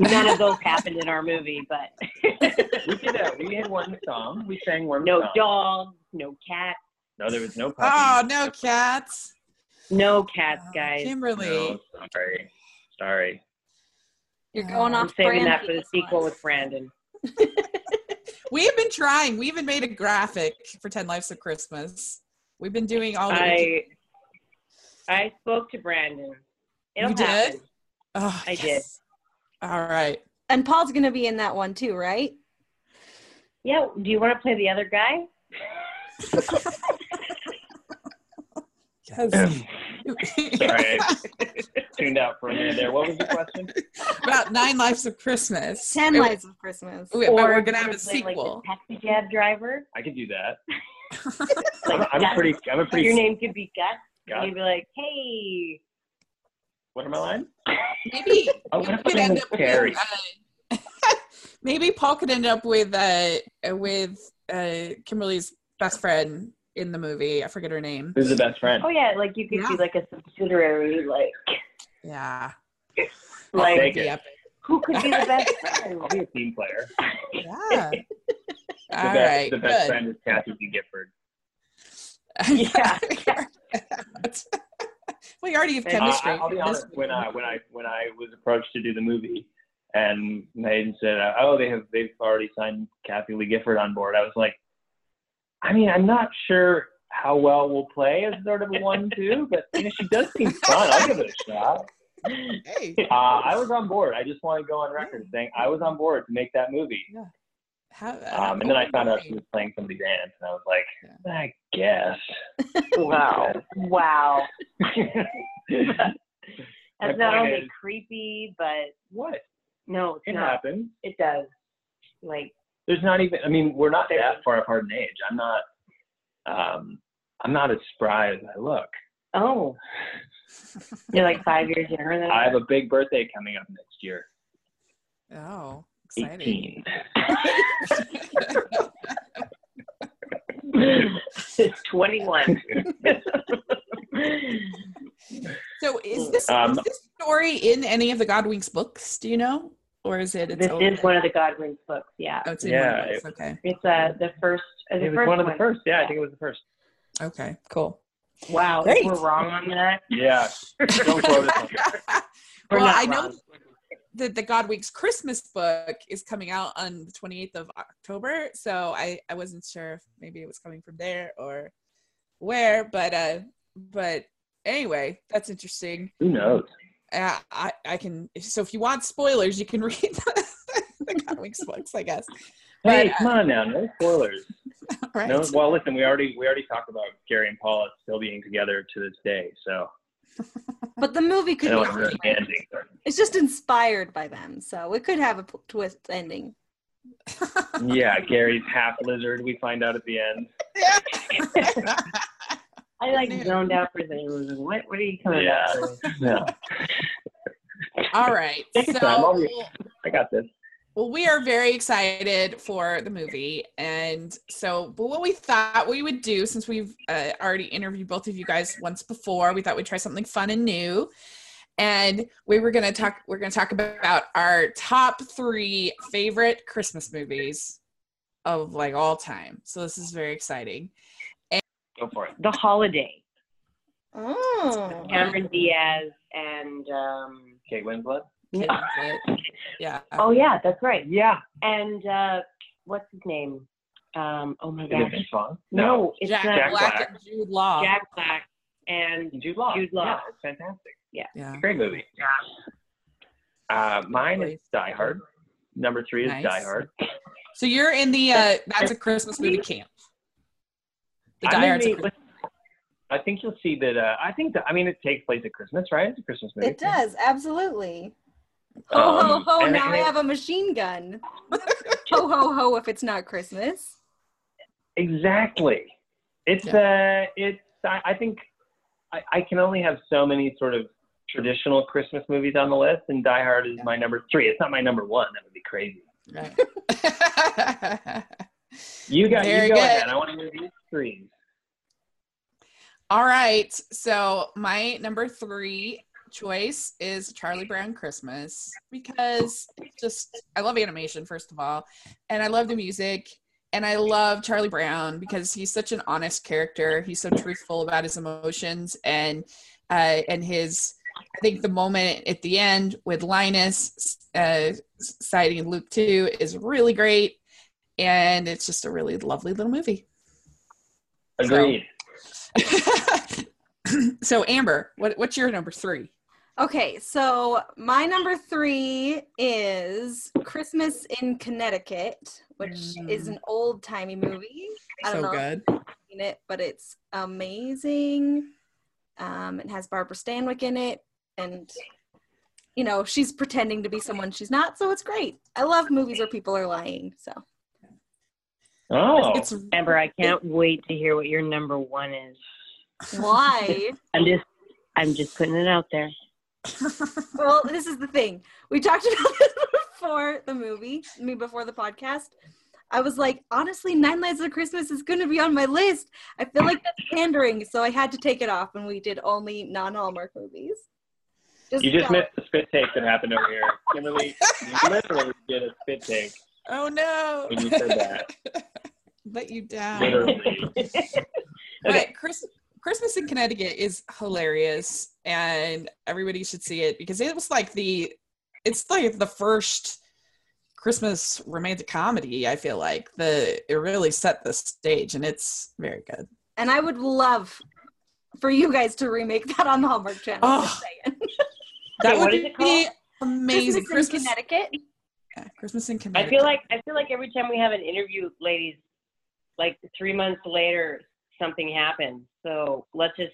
Speaker 3: None of those happened in our movie, but
Speaker 4: we did. A, we had one song. We sang one.
Speaker 3: no
Speaker 4: song.
Speaker 3: dogs, no cats,
Speaker 4: No, there was no.
Speaker 1: Oh
Speaker 4: Puppy.
Speaker 1: no, cats.
Speaker 3: no cats,
Speaker 1: Oh,
Speaker 3: guys.
Speaker 1: Kimberly.
Speaker 4: No, sorry, sorry.
Speaker 2: You're
Speaker 1: Oh.
Speaker 2: going
Speaker 3: I'm
Speaker 2: off
Speaker 3: saving
Speaker 2: brand
Speaker 3: that for the
Speaker 2: this
Speaker 3: sequel
Speaker 2: one.
Speaker 3: with Brandon.
Speaker 1: We have been trying. We even made a graphic for Ten Lives of Christmas. We've been doing all. that we can-
Speaker 3: I I spoke to Brandon. It'll
Speaker 1: You did?
Speaker 3: happen.
Speaker 1: Oh,
Speaker 3: I did.
Speaker 1: yes. All right.
Speaker 2: And Paul's going to be in that one too, right?
Speaker 3: Yeah. Do you want to play the other guy?
Speaker 1: Yes.
Speaker 4: Sorry, I tuned out for a minute there. What was the question?
Speaker 1: About nine lives of Christmas.
Speaker 2: Ten
Speaker 1: It-
Speaker 2: Lives of Christmas.
Speaker 1: we- but we're
Speaker 3: do you
Speaker 1: gonna have a
Speaker 3: wanna play, like, the
Speaker 1: sequel.
Speaker 3: taxi cab driver.
Speaker 4: I could do that. I'm, I'm a pretty. I'm a pretty.
Speaker 3: Your name could be Gus. And
Speaker 4: God,
Speaker 3: you'd be like, hey,
Speaker 4: what am I lying?
Speaker 1: Maybe
Speaker 4: Oh,
Speaker 1: we
Speaker 4: what
Speaker 1: could end
Speaker 4: if
Speaker 1: up
Speaker 4: I'm Carrie?
Speaker 1: with, uh, maybe Paul could end up with uh, with uh, Kimberly's best friend in the movie. I forget her name.
Speaker 4: Who's the best friend?
Speaker 3: oh yeah, like you could
Speaker 1: Yeah.
Speaker 3: be like a subsidiary, like
Speaker 1: Yeah.
Speaker 3: like
Speaker 1: That'd be epic.
Speaker 3: Who could be the best friend?
Speaker 4: I'll be a team player.
Speaker 1: Yeah.
Speaker 4: The
Speaker 1: All
Speaker 4: best,
Speaker 1: right.
Speaker 4: the best
Speaker 1: good.
Speaker 4: friend is Kathy D. Gifford.
Speaker 3: Yeah.
Speaker 1: we already have
Speaker 3: And, uh,
Speaker 1: chemistry.
Speaker 4: Uh, I'll be
Speaker 1: for this
Speaker 4: honest. When
Speaker 1: week.
Speaker 4: I when I when I was approached to do the movie, and my agent said, uh, "Oh, they have they've already signed Kathy Lee Gifford on board," I was like, "I mean, I'm not sure how well we'll play as sort of a one-two, but you know, she does seem fun. I'll give it a shot."
Speaker 1: hey,
Speaker 4: Uh, I was on board. I just want to go on record saying I was on board to make that movie.
Speaker 1: have,
Speaker 4: Um, and then I found out she was playing somebody's aunt, and I was like, I guess.
Speaker 3: Wow. Wow. That's
Speaker 4: My
Speaker 3: not
Speaker 4: point
Speaker 3: only
Speaker 4: is-
Speaker 3: creepy, but
Speaker 4: what?
Speaker 3: no, it's
Speaker 4: It
Speaker 3: not.
Speaker 4: happens.
Speaker 3: It does. Like,
Speaker 4: there's not even i mean we're not that far apart in age i'm not um i'm not as spry as i look
Speaker 3: oh. You're like five years younger than
Speaker 4: i have a big birthday coming up next year
Speaker 1: Oh, exciting.
Speaker 4: 18
Speaker 3: It's 21.
Speaker 1: so is this,
Speaker 4: Um,
Speaker 1: is this story in any of the Godwinks books? Do you know? Or is it? It's
Speaker 3: this
Speaker 1: over
Speaker 3: is
Speaker 1: there?
Speaker 3: one of the Godwin's books, yeah.
Speaker 1: Oh, it's in
Speaker 4: Yeah,
Speaker 1: one of those. Okay.
Speaker 3: It's uh, the first, uh, the
Speaker 4: it was
Speaker 3: first
Speaker 4: one of the first yeah i think it was the first
Speaker 1: Okay, cool.
Speaker 3: Wow, if
Speaker 1: Great.
Speaker 3: we're wrong on that.
Speaker 4: yeah don't quote us on that.
Speaker 3: We're
Speaker 1: Well,
Speaker 3: not
Speaker 1: I know-
Speaker 3: wrong.
Speaker 1: the, the God Week's Christmas book is coming out on the 28th of October. So I, I wasn't sure if maybe it was coming from there or where, but, uh, but anyway, that's interesting.
Speaker 4: who knows
Speaker 1: Uh, I, I can, so if you want spoilers, you can read the, the God Week's books, I guess. But,
Speaker 4: hey
Speaker 1: uh,
Speaker 4: come on now no spoilers
Speaker 1: All right.
Speaker 4: no well listen we already we already talked about gary and paula still being together to this day so
Speaker 2: But the movie
Speaker 4: i
Speaker 2: could
Speaker 4: don't
Speaker 2: be
Speaker 4: want to ruin the
Speaker 2: different.
Speaker 4: ending
Speaker 2: It's just inspired by them, so it could have a p- twist ending.
Speaker 4: yeah gary's half lizard we find out at the end
Speaker 3: I like
Speaker 1: Yeah.
Speaker 3: zoned out for a second. I was like, What, what are you coming
Speaker 4: Yeah.
Speaker 3: up with?
Speaker 4: yeah
Speaker 1: All right.
Speaker 4: Take your time, I'll
Speaker 1: So,
Speaker 4: read. i got this
Speaker 1: Well, we are very excited for the movie. And so, but what we thought we would do, since we've uh, already interviewed both of you guys once before, we thought we'd try something fun and new. And we were going to talk, we're going to talk about our top three favorite Christmas movies of like all time. So, this is very exciting.
Speaker 4: go for it
Speaker 3: The Holiday.
Speaker 2: Oh,
Speaker 3: Cameron Diaz and, um,
Speaker 4: Kate Winslet.
Speaker 1: Kate Winslet. Yeah.
Speaker 3: oh, yeah, that's right.
Speaker 4: Yeah.
Speaker 3: And uh, what's his name? Um, oh, my
Speaker 4: Is it
Speaker 3: gosh.
Speaker 4: Vince Vaughn?
Speaker 3: No, it's
Speaker 1: Jack,
Speaker 3: not.
Speaker 4: Jack
Speaker 1: Black,
Speaker 4: Black.
Speaker 1: and Jude Law.
Speaker 3: Jack Black and
Speaker 4: Jude Law.
Speaker 3: Jude Law.
Speaker 4: Yeah, it's fantastic.
Speaker 1: yeah.
Speaker 4: Great movie.
Speaker 3: Yeah.
Speaker 4: Uh, mine is Die Hard. Number three is
Speaker 1: Nice.
Speaker 4: Die Hard.
Speaker 1: So, you're in the, uh, that's a Christmas movie camp. The
Speaker 4: I'm
Speaker 1: Die
Speaker 4: in
Speaker 1: Hard's a
Speaker 4: the-
Speaker 1: Christmas
Speaker 4: I think you'll see that. Uh, I think that, I mean it takes place at Christmas, right? It's a Christmas movie.
Speaker 2: it does absolutely. Ho
Speaker 4: Um,
Speaker 2: ho ho!
Speaker 4: and
Speaker 2: Now I
Speaker 4: it-
Speaker 2: have a machine gun. ho ho ho! If it's not Christmas,
Speaker 4: Exactly. It's uh, it's. I, I think I, I can only have so many sort of traditional Christmas movies on the list, and Die Hard is my number three. It's not my number one. That would be crazy.
Speaker 1: Right.
Speaker 4: You got
Speaker 1: Very
Speaker 4: you go
Speaker 1: good.
Speaker 4: ahead. I want to hear these three.
Speaker 1: All right. So my number three choice is Charlie Brown Christmas because it's just I love animation first of all, and I love the music. And I love Charlie Brown because he's such an honest character. He's so truthful about his emotions and uh, and his. I think the moment at the end with Linus uh, citing Luke too is really great, and it's just a really lovely little movie.
Speaker 4: Agreed.
Speaker 1: so Amber, what, what's your number three?
Speaker 2: Okay, so my number three is Christmas in Connecticut, which is an old timey movie. I don't know if
Speaker 1: Oh.
Speaker 2: you've seen it, but it's amazing. Um, it has Barbara Stanwyck in it, and you know she's pretending to be someone she's not, so it's great. I love movies where people are lying. So
Speaker 4: Oh,
Speaker 1: It's
Speaker 3: Amber, I can't wait to hear what your number one is.
Speaker 2: why?
Speaker 3: I'm just, I'm just putting it out there.
Speaker 2: well, this is the thing. We talked about this before the movie, I mean, before the podcast. I was like, honestly, Nine Lives of Christmas is going to be on my list. I feel like that's pandering, so I had to take it off, and we did only non Hallmark movies. Just
Speaker 4: You just
Speaker 2: go.
Speaker 4: missed the spit take that happened over here. Kimberly you literally did a spit take
Speaker 1: Oh no.
Speaker 4: when you said that.
Speaker 1: Let you down.
Speaker 4: Literally. Okay.
Speaker 1: But Chris, Christmas in Connecticut is hilarious, and everybody should see it because it was like the, it's like the first Christmas romantic comedy. I feel like the it really set the stage, and it's very good.
Speaker 2: And I would love for you guys to remake that on the Hallmark Channel.
Speaker 1: Oh,
Speaker 2: just saying.
Speaker 1: That
Speaker 3: Okay,
Speaker 1: would
Speaker 3: what is it
Speaker 1: be
Speaker 3: called?
Speaker 1: amazing.
Speaker 2: Christmas in
Speaker 1: Christmas,
Speaker 2: Connecticut.
Speaker 1: yeah, Christmas in
Speaker 3: I
Speaker 1: Connecticut.
Speaker 3: feel like I feel like every time we have an interview, ladies, like three months later, something happens. So let's just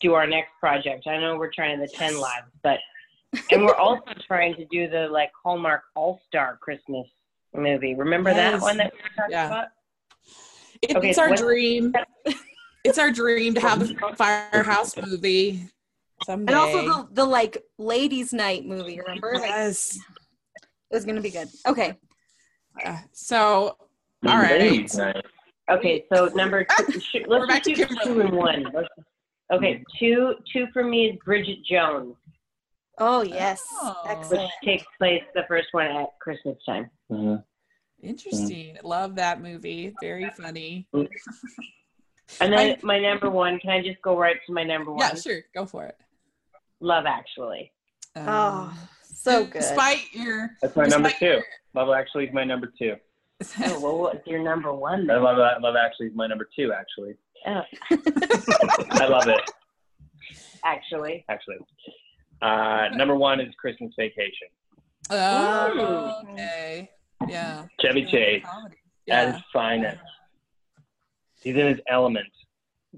Speaker 3: do our next project. I know we're trying the ten lives, but and we're also trying to do the like Hallmark All Star Christmas movie. Remember
Speaker 1: Yes.
Speaker 3: that one that we were talking
Speaker 1: Yeah.
Speaker 3: about?
Speaker 1: It-
Speaker 3: Okay,
Speaker 1: it's our
Speaker 3: what-
Speaker 1: dream. It's our dream to have a firehouse movie someday.
Speaker 2: And also the, the like ladies' night movie, remember? Like,
Speaker 1: yes.
Speaker 2: it was gonna be good. Okay.
Speaker 1: Yeah. So All right.
Speaker 4: Ladies' night.
Speaker 3: Okay, so number two, sh-
Speaker 1: We're back
Speaker 3: let's
Speaker 1: to
Speaker 3: just do two
Speaker 1: Kimberly.
Speaker 3: and one. Let's- Okay, two two for me is Bridget Jones,
Speaker 2: Oh yes.
Speaker 1: Oh.
Speaker 3: which
Speaker 2: Excellent.
Speaker 3: takes place the first one at Christmas time.
Speaker 4: Mhm.
Speaker 1: Interesting. Love that movie. Very funny.
Speaker 3: And then my number one, can I just go right to my number one?
Speaker 1: Yeah, sure. Go for it.
Speaker 3: Love Actually.
Speaker 1: Um,
Speaker 2: Oh so good.
Speaker 1: Despite your
Speaker 4: That's my number
Speaker 1: despite
Speaker 4: two.
Speaker 1: your-
Speaker 4: Love Actually is my number two.
Speaker 3: Oh, well, what's your number one?
Speaker 4: I
Speaker 3: Then?
Speaker 4: love that. Love Actually is my number two. Actually,
Speaker 3: Oh,
Speaker 4: I love it.
Speaker 3: actually,
Speaker 4: Actually, uh, number one is Christmas Vacation.
Speaker 1: Oh, okay. Yeah.
Speaker 4: Chevy Chase
Speaker 1: Comedy.
Speaker 4: at
Speaker 1: Yeah.
Speaker 4: his finest. He's in his element.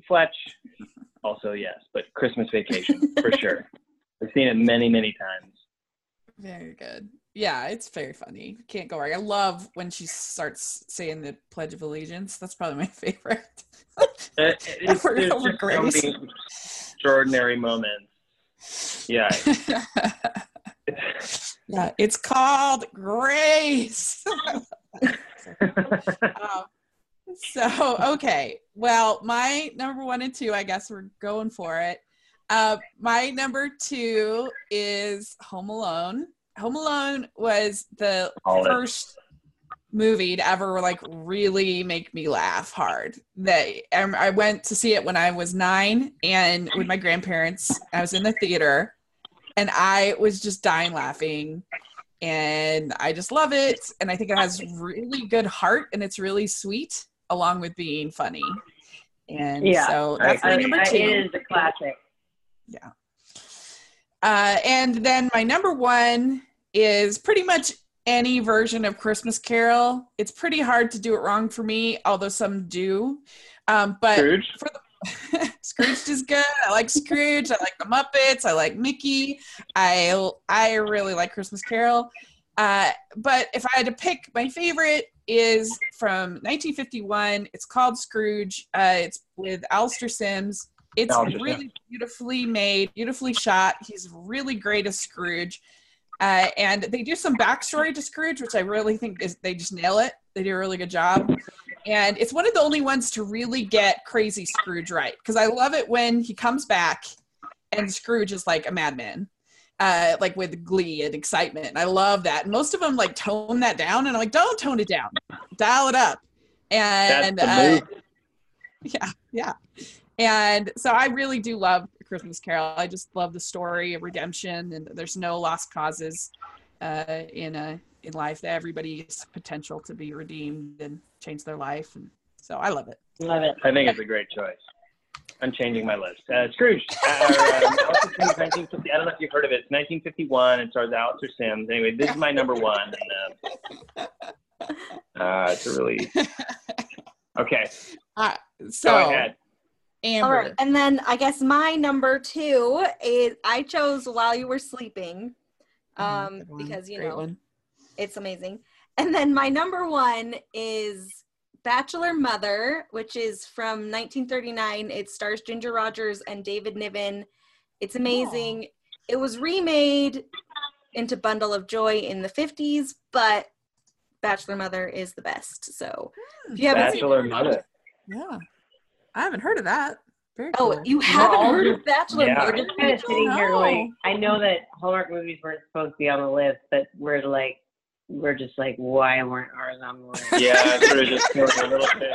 Speaker 4: Fletch, also yes, but Christmas Vacation for sure. I've seen it many, many times.
Speaker 1: Very good. Yeah, it's very funny. Can't go wrong. I love when she starts saying the Pledge of Allegiance. That's probably my favorite.
Speaker 4: Uh, it's-
Speaker 1: Over-
Speaker 4: there's
Speaker 1: over
Speaker 4: just so
Speaker 1: Grace.
Speaker 4: many extraordinary moments. Yeah,
Speaker 1: yeah, it's called Grace. Um, so okay well my number one and two i guess we're going for it uh, my number two is home alone home alone was the
Speaker 4: Solid.
Speaker 1: first movie to ever like really make me laugh hard that um, i went to see it when i was nine and with my grandparents i was in the theater and i was just dying laughing and I just love it. And I think it has really good heart and it's really sweet along with being funny. And
Speaker 3: Yeah,
Speaker 1: so
Speaker 4: I
Speaker 1: that's my
Speaker 4: agree.
Speaker 1: number
Speaker 3: I-
Speaker 1: two.
Speaker 3: it is a classic.
Speaker 1: Uh, and then my number one is pretty much any version of Christmas Carol. It's pretty hard to do it wrong for me, although some do. Um, but
Speaker 4: Scrooge.
Speaker 1: Scrooged is good. I like Scrooge. I like the Muppets. I like Mickey. I I really like Christmas Carol. Uh, but if I had to pick, my favorite is from 1951. It's called Scrooge. Uh, it's with Alistair Sims. It's
Speaker 4: Alistair Sims.
Speaker 1: really beautifully made, beautifully shot. He's really great as Scrooge. Uh, and they do some backstory to Scrooge, which I really think is they just nail it. They do a really good job and it's one of the only ones to really get crazy Scrooge right because I love it when he comes back and Scrooge is like a madman, uh, like with glee and excitement. I love that. Most of them like tone that down, and I'm like, don't tone it down, dial it up.
Speaker 4: That's
Speaker 1: And
Speaker 4: the
Speaker 1: uh,
Speaker 4: move.
Speaker 1: yeah, yeah. And so I really do love A Christmas Carol. I just love the story of redemption, and there's no lost causes uh, in a in life. That everybody's potential to be redeemed and change their life, and so I love it.
Speaker 3: Love it.
Speaker 4: I think it's a great choice. I'm changing my list. Uh, Scrooge. Uh, um, Alistair Sims, 1950 I don't know if you've heard of it. It's 1951. It stars Alistair Sims. Anyway, this is my number one. And, uh, uh, it's a really okay.
Speaker 1: So
Speaker 4: go ahead.
Speaker 1: Amber,
Speaker 2: All right. And then I guess my number two is I chose While You Were Sleeping.
Speaker 1: Mhm,
Speaker 2: Um,
Speaker 1: good one.
Speaker 2: because you
Speaker 1: Great
Speaker 2: know
Speaker 1: one.
Speaker 2: it's amazing. And then my number one is Bachelor Mother, which is from 1939. It stars Ginger Rogers and David Niven. It's amazing. It was remade into Bundle of Joy in the 50s, but Bachelor Mother is the best. So if you haven't seen
Speaker 4: Bachelor Mother.
Speaker 1: yeah, I haven't heard of that.
Speaker 5: Very
Speaker 2: Oh,
Speaker 5: cool.
Speaker 2: you haven't
Speaker 3: all-
Speaker 2: heard of Bachelor
Speaker 4: Yeah.
Speaker 3: We're
Speaker 2: Murder?
Speaker 3: just kind of
Speaker 2: Rachel?
Speaker 3: sitting here
Speaker 5: No.
Speaker 3: going, I know that Hallmark movies weren't supposed to be on the list, but we're like, we're just like, why weren't ours on the list?
Speaker 4: Yeah, sort of just feeling a little bit.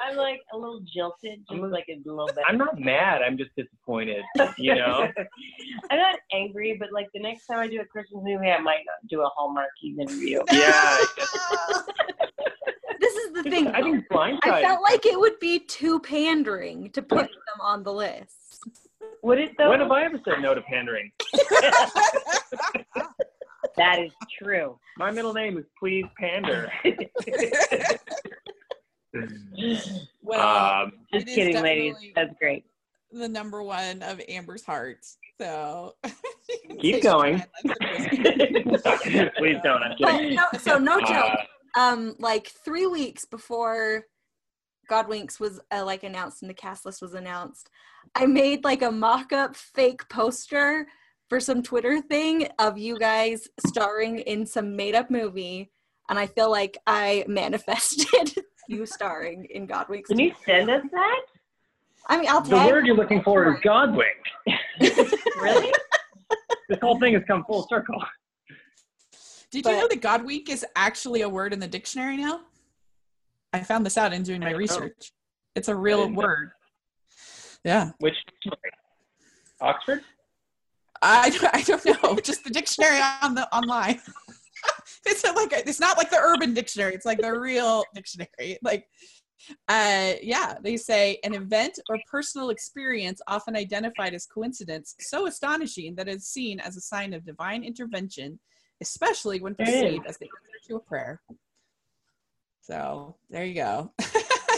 Speaker 3: I'm like a little jilted, just like a little bit.
Speaker 4: I'm not mad. I'm just disappointed. You know.
Speaker 3: I'm not angry, but like the next time I do a Christmas movie, I might not do a Hallmarkies interview.
Speaker 4: Yeah.
Speaker 2: This is the thing.
Speaker 4: I think Blindside.
Speaker 2: I felt like it would be too pandering to put them on the list.
Speaker 3: Would it though?
Speaker 4: when have I ever said no to pandering?
Speaker 3: that is true.
Speaker 4: My middle name is Please Pander.
Speaker 1: well,
Speaker 4: um,
Speaker 3: Just
Speaker 1: It is
Speaker 3: kidding, ladies.
Speaker 1: definitely-
Speaker 3: That's great.
Speaker 1: the number one of Amber's heart. So
Speaker 4: Keep going. Please don't. I'm
Speaker 2: Oh,
Speaker 4: kidding.
Speaker 2: no, so no joke.
Speaker 4: Uh,
Speaker 2: Um, like three weeks before Godwinks was uh, like announced and the cast list was announced, I made like a mock-up fake poster for some Twitter thing of you guys starring in some made-up movie, and I feel like I manifested you starring in Godwinks.
Speaker 3: Can you send us that?
Speaker 2: I mean, I'll
Speaker 4: the
Speaker 2: tag.
Speaker 4: word you're looking for is Godwink.
Speaker 3: Really?
Speaker 4: This whole thing has come full circle.
Speaker 1: Did
Speaker 2: But-
Speaker 1: you know that God Week is actually a word in the dictionary now? I found this out in doing my
Speaker 4: Oh.
Speaker 1: research. It's a real
Speaker 4: didn't know.
Speaker 1: word. Yeah,
Speaker 4: Which Oxford?
Speaker 1: I, I don't know. Just the dictionary on the online. it's not like it's not like the urban dictionary. It's like the real dictionary. Like, uh, yeah, they say an event or personal experience often identified as coincidence, so astonishing that it's seen as a sign of divine intervention, especially when
Speaker 4: There it is.
Speaker 1: perceived as the answer to a prayer. So there you go.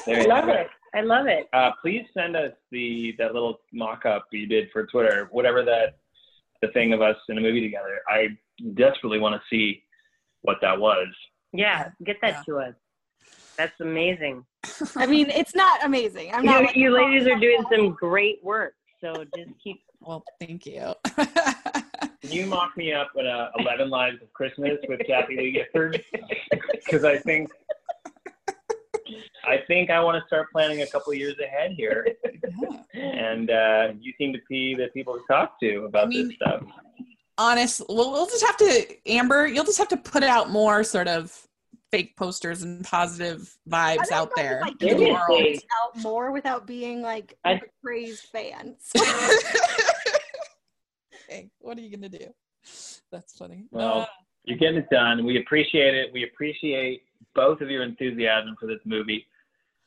Speaker 4: There you
Speaker 3: love
Speaker 4: go.
Speaker 3: it. I love it.
Speaker 4: Uh, please send us the that little mock-up you did for Twitter, whatever that the thing of us in a movie together. I desperately want to see what that was.
Speaker 3: Yeah, get that
Speaker 1: Yeah.
Speaker 3: to us. That's amazing.
Speaker 2: I mean, it's not amazing. I'm
Speaker 3: You,
Speaker 2: not. "Oh,
Speaker 3: you ladies are doing some great work. So just keep.
Speaker 1: Well, thank you.
Speaker 4: Can you mock me up at uh, Eleven Lives of Christmas with Kathy Lee Gifford? Because I think I think I want to start planning a couple years ahead here,
Speaker 1: Yeah.
Speaker 4: and uh, you seem to be the people to talk to about
Speaker 1: I mean-
Speaker 4: this stuff.
Speaker 1: honest well we'll just have to amber you'll just have to put out more sort of fake posters and positive
Speaker 2: I
Speaker 1: vibes
Speaker 2: don't
Speaker 1: out
Speaker 2: know if
Speaker 1: there
Speaker 2: I
Speaker 1: in
Speaker 2: can
Speaker 1: the
Speaker 2: do
Speaker 1: world.
Speaker 2: this out more without being like
Speaker 3: I-
Speaker 2: praised fans.
Speaker 1: Okay, what are you gonna do that's funny
Speaker 4: Well, You're getting it done. We appreciate it. We appreciate both of your enthusiasm for this movie.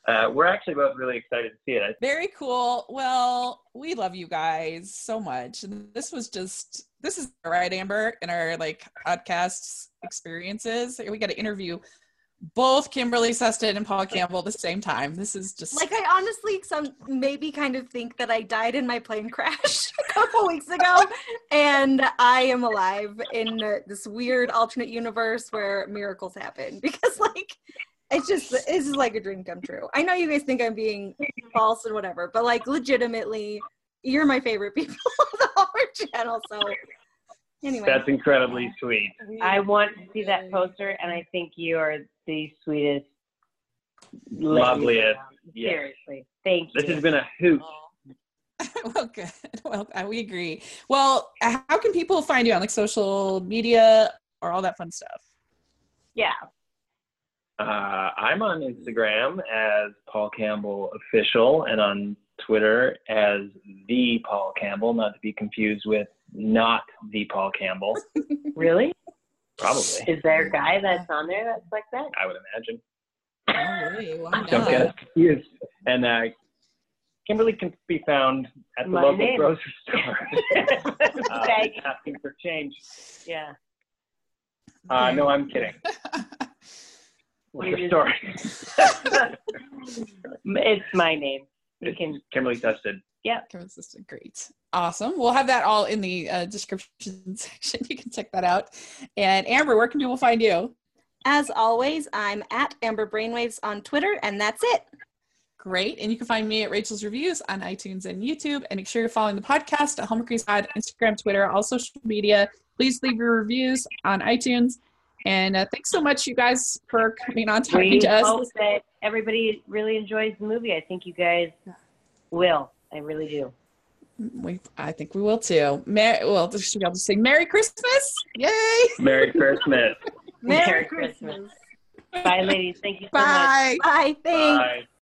Speaker 4: Uh, we're actually both really excited to see it.
Speaker 1: Very cool. Well, we love you guys so much. And this was just this is right, Amber, in our like podcast experiences. We got to interview both Kimberly Seston and Paul Campbell at the same time. This is just
Speaker 2: like I honestly some maybe kind of think that I died in my plane crash a couple weeks ago and I am alive in uh, this weird alternate universe where miracles happen because like it's just it's just like a dream come true. I know you guys think I'm being false and whatever, but like legitimately you're my favorite people on the Hallmark channel. So anyway.
Speaker 4: That's incredibly sweet.
Speaker 3: I want to see that poster, and I think you are the sweetest,
Speaker 4: Loveliest, yes.
Speaker 3: Seriously, thank you.
Speaker 4: This has been a
Speaker 1: Oh,
Speaker 4: hoot.
Speaker 1: well, good. Well, uh, we agree. Well, uh, how can people find you on like social media or all that fun stuff?
Speaker 3: yeah.
Speaker 4: Uh, I'm on Instagram as Paul Campbell Official and on Twitter as The Paul Campbell, not to be confused with not The Paul Campbell,
Speaker 3: Really?
Speaker 4: probably,
Speaker 3: Is there a guy that's on there that's like that?
Speaker 4: I would imagine.
Speaker 1: Alright, why
Speaker 4: Don't get
Speaker 1: not?
Speaker 4: us confused. And uh, Kimberly can be found at the
Speaker 3: My
Speaker 4: local
Speaker 3: name.
Speaker 4: grocery store uh,
Speaker 3: Thank-
Speaker 4: asking for change.
Speaker 3: yeah.
Speaker 4: Uh, no, I'm kidding.
Speaker 3: You're
Speaker 4: Liquor store.
Speaker 3: It's my name. You can.
Speaker 4: Kimberly tested.
Speaker 1: Consistent, great, awesome. We'll have that all in the uh, description section. You can check that out. And Amber, where can people find you?
Speaker 2: As always, I'm at Amber Brainwaves on Twitter, and that's it.
Speaker 1: Great. And you can find me at Rachel's Reviews on iTunes and YouTube. And make sure you're following the podcast at Hallmark Side, Instagram, Twitter, all social media. Please leave your reviews on iTunes. And uh, thanks so much, you guys, for coming on talking
Speaker 3: We
Speaker 1: to us.
Speaker 3: hope that everybody really enjoys the movie. I think you guys Will. I really do.
Speaker 1: We, I think we will too. Mer- well, should we all just say Merry Christmas? Yay!
Speaker 4: Merry Christmas.
Speaker 2: Merry
Speaker 3: Merry
Speaker 2: Christmas.
Speaker 3: Christmas. Bye, ladies. Thank you so much.
Speaker 1: Bye.
Speaker 2: Bye. Thanks.
Speaker 4: Bye.